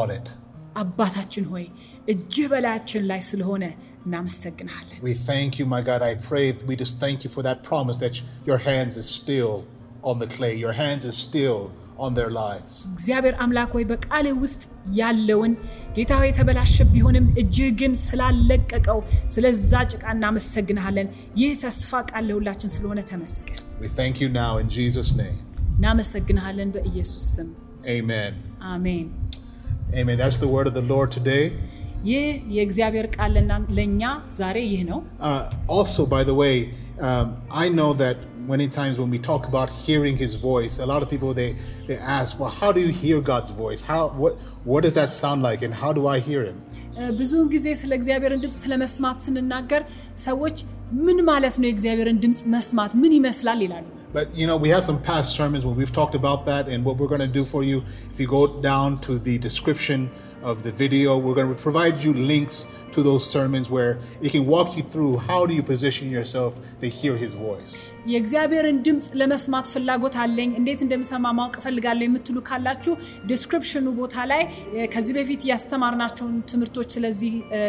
on it.
አባታችን ሆይ እጅህ በላያችን ላይ ስለሆነ እናመሰግንሃለን።
We thank you, my God. I pray, we just thank you for that promise that your hands is still on the clay, your hands is still on their lives.
እግዚአብሔር አምላክ ሆይ በቃል ውስጥ ያለውን ጌታ ሆይ የተበላሸ ቢሆንም እጅህ ግን ስላለቀቀው ስለዛ ጭቃ እናመሰግንሃለን። ይህ ተስፋ ቃል ለሁላችን ስለሆነ ተመስገን።
We thank you now in Jesus' name.
እናመሰግንሃለን በኢየሱስ ስም
Amen.
አሜን።
Amen. That's the word of the Lord today.
ይህ የእግዚአብሔር ቃል ለና- ለእኛ ዛሬ ይህ ነው።
Uh, also, by the way, um, I know that many times when we talk about hearing His voice, a lot of people they they ask, "Well, how do you hear God's voice? How what what does that sound like, and how do I hear Him?"
እ፣ ብዙውን ጊዜ ስለ እግዚአብሔርን ድምፅ ስለ መስማት ስንናገር ሰዎች ምን ማለት ነው የእግዚአብሔርን ድምፅ መስማት ምን ይመስላል ይላሉ።
But you know, we have some past sermons where we've talked about that, and what we're going to do for you, if you go down to the description of the video, we're going to provide you links to those sermons where it can walk you through how do you position yourself to hear His voice.
የእግዚአብሔርን ድምፅ ለመስማት ፍላጎት አለኝ እንዴት እንደምሰማ ማወቅ እፈልጋለሁ የምትሉ ካላችሁ ዲስክሪፕሽኑ ቦታ ላይ እ፣ ከዚህ በፊት ያስተማርናቸውን ትምህርቶች ስለዚህ እ፣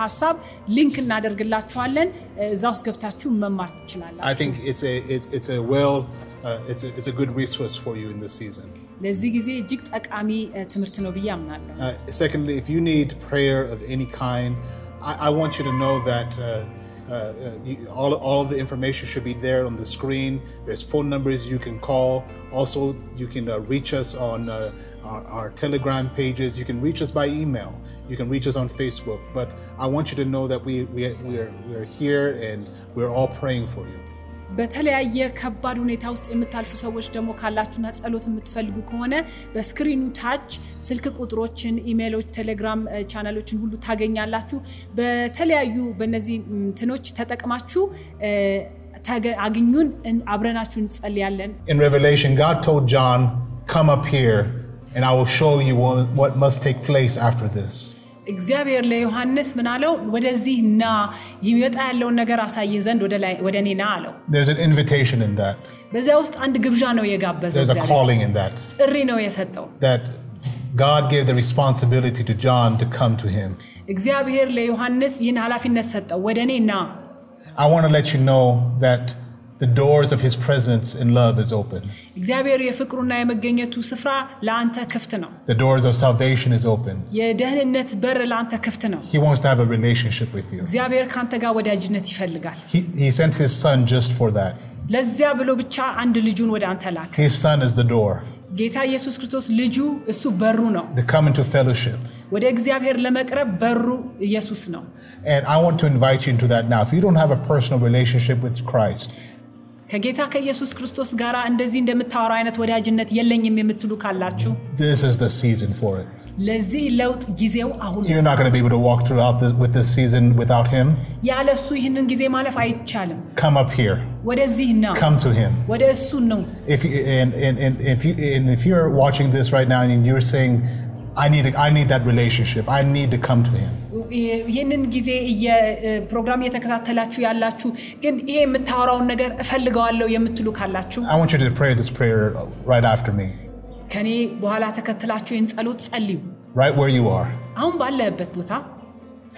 ሀሳብ ሊንክ እናደርግላችኋለን። እ፣ እዛ ውስጥ ገብታችሁ መማር
I
ትችላላችሁ።
think it's a it's, it's a well uh, it's a, it's a good resource for you in this season.
ለዚህ ጊዜ እጅግ ጠቃሚ እ፣ ትምህርት ነው ብዬ አምናለሁ።
Uh, secondly, if you need prayer of any kind, I, I want you to know that uh, uh, uh, you, all, all of the information should be there on the screen. There's phone numbers you can call. Also, you can uh, reach us on uh, our, our Telegram pages. You can reach us by email. You can reach us on Facebook. But I want you to know that we, we, we're, we're here and we're all praying for you.
በተለያየ ከባድ ሁኔታ ውስጥ የምታልፉ ሰዎች ደግሞ ካላችሁና ጸሎት የምትፈልጉ ከሆነ በስክሪኑ ታች ስልክ ቁጥሮችን፣ ኢሜሎች፣ ቴሌግራም እ፣ ቻናሎችን ሁሉ ታገኛላችሁ። በተለያዩ በእነዚህ ም፣ እንትኖች ተጠቅማችሁ እ፣ ተገ- አግኙን፣ እን- አብረናችሁ እንጸልያለን።
In Revelation, God told John, Come up here, and I will show you what, what must take place after this.
እግዚአብሔር ለዮሐንስ ምን አለው? ወደዚህ ና ይመጣ ያለውን ነገር አሳይ ዘንድ ወደ ላይ- ወደ እኔ ና አለው።
There's an invitation in that.
በዚያ ውስጥ አንድ ግብዣ ነው የጋበዘው፣
There's a
እግዚአብሔር
calling in that.
ጥሪ ነው የሰጠው።
That God gave the responsibility to John to come to him.
እግዚአብሔር ለዮሐንስ ይህን ኃላፊነት ሰጠው፣ ወደ እኔ ና።
I want to let you know that the doors of his presence and love is open.
እግዚአብሔር የፍቅሩና የመገኘቱ ስፍራ ለአንተ ክፍት ነው።
The doors of salvation is open.
የደህንነት በር ለአንተ ክፍት ነው።
He wants to have a relationship with you.
እግዚአብሔር ከአንተ ጋር ወዳጅነት ይፈልጋል።
He, he sent his son just for that.
ለዚያ ብሎ ብቻ አንድ ልጁን ወደ አንተ ላከ።
His son is the door
ጌታ ኢየሱስ ክርስቶስ ልጁ እሱ በሩ ነው።
to come into fellowship.
ወደ እግዚአብሔር ለመቅረብ በሩ ኢየሱስ ነው።
And I want to invite you into that now. If you don't have a personal relationship with Christ,
ከጌታ ከኢየሱስ ክርስቶስ ጋር እንደዚህ እንደምታወራው አይነት ወዳጅነት የለኝም የምትሉ ካላችሁ
this is the season for it.
ለዚህ ለውጥ ጊዜው አሁን ነው።
You're not going to be able to walk throughout the, with this season without him.
ያለ እሱ ይህንን ጊዜ ማለፍ አይቻልም።
Come up here.
ወደዚህ ና
come to him
ወደ እሱ ነው።
if you and, and, and if you and if you're watching this right now and you're saying i need to- i need that relationship i need to come to him
ይህንን ጊዜ እየ- ፕሮግራም እየተከታተላችሁ ያላችሁ ግን ይሄ የምታወራውን ነገር እፈልገዋለሁ የምትሉ ካላችሁ
i want you to pray this prayer right after me
ከኔ በኋላ ተከትላችሁ ይህን ጸሎት ጸልዩ።
right where you are
አሁን ባለህበት ቦታ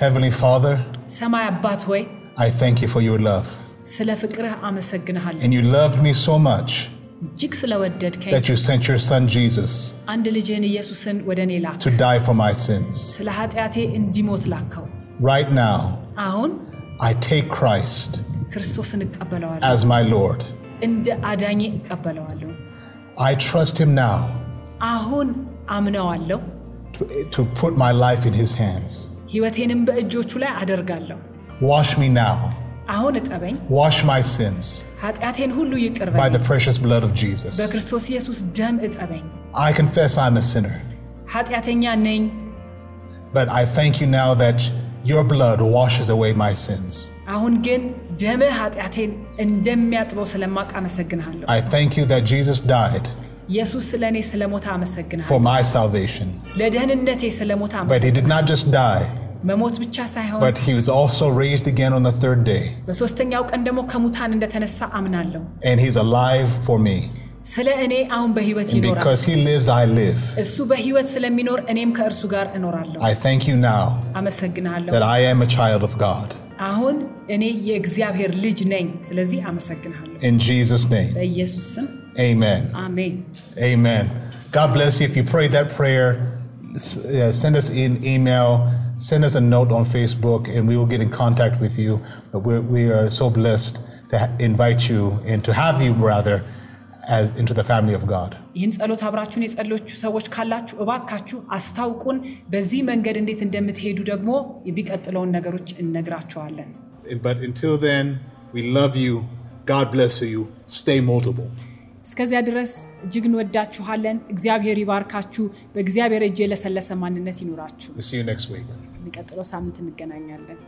heavenly father
ሰማይ አባት ሆይ
i thank you for your love
ስለ ፍቅርህ አመሰግንሃለሁ።
and you loved me so much
እጅግ ስለወደድከኝ
that you sent your son Jesus
አንድ ልጅህን ኢየሱስን ወደ እኔ ላክ።
to die for my sins.
ስለ ኃጢአቴ እንዲሞት ላከው።
Right now,
አሁን
I take Christ
ክርስቶስን እቀበለዋለሁ፣
as my Lord.
እንደ አዳኜ እቀበለዋለሁ።
I trust him now
አሁን አምነዋለሁ፣
to, to put my life in his hands.
ሕይወቴንም በእጆቹ ላይ አደርጋለሁ።
Wash me now.
አሁን እጠበኝ፣
Wash my sins
ኃጢአቴን ሁሉ ይቅር
by
በለኝ።
the precious blood of Jesus.
በክርስቶስ ኢየሱስ ደም እጠበኝ።
I confess I'm a sinner,
ኃጢአተኛ ነኝ፣
but I thank you now that your blood washes away my sins.
አሁን ግን ደምህ ኃጢአቴን እንደሚያጥበው ስለማቅ አመሰግንሃለሁ።
I thank you that Jesus died
ኢየሱስ ስለ እኔ ስለ ሞተ አመሰግንሃለሁ።
for my salvation,
ለደህንነቴ ስለ ሞተ
but he
አመሰግንሃለሁ።
did not just die,
መሞት ብቻ ሳይሆን
But he was also raised again on the third day,
በሦስተኛው ቀን ደግሞ ከሙታን እንደተነሳ አምናለሁ።
and he's alive for me.
ስለ እኔ አሁን በሕይወት
And
ይኖራል።
because he lives, I live.
እሱ በሕይወት ስለሚኖር እኔም ከእርሱ ጋር እኖራለሁ።
I thank you now
አመሰግንሃለሁ።
that I am a child of God.
አሁን እኔ የእግዚአብሔር ልጅ ነኝ። ስለዚህ አመሰግንሃለሁ።
In Jesus' name,
በኢየሱስ ስም
amen.
አሜን።
Amen. God bless you. If you prayed that prayer, s- uh, send us an email, send us a note on Facebook, and we will get in contact with you. But we're, we are so blessed to ha- invite you and to have you, rather, as into the family of God.
ይህን ጸሎት አብራችሁን የጸሎቹ ሰዎች ካላችሁ እባካችሁ አስታውቁን። በዚህ መንገድ እንዴት እንደምትሄዱ ደግሞ የሚቀጥለውን ነገሮች እነግራችኋለን።
But until then, we love you. God bless you. Stay moldable.
እስከዚያ ድረስ እጅግ እንወዳችኋለን። እግዚአብሔር ይባርካችሁ። በእግዚአብሔር እጅ የለሰለሰ ማንነት ይኑራችሁ።
We'll see you next week.
የሚቀጥለው ሳምንት እንገናኛለን።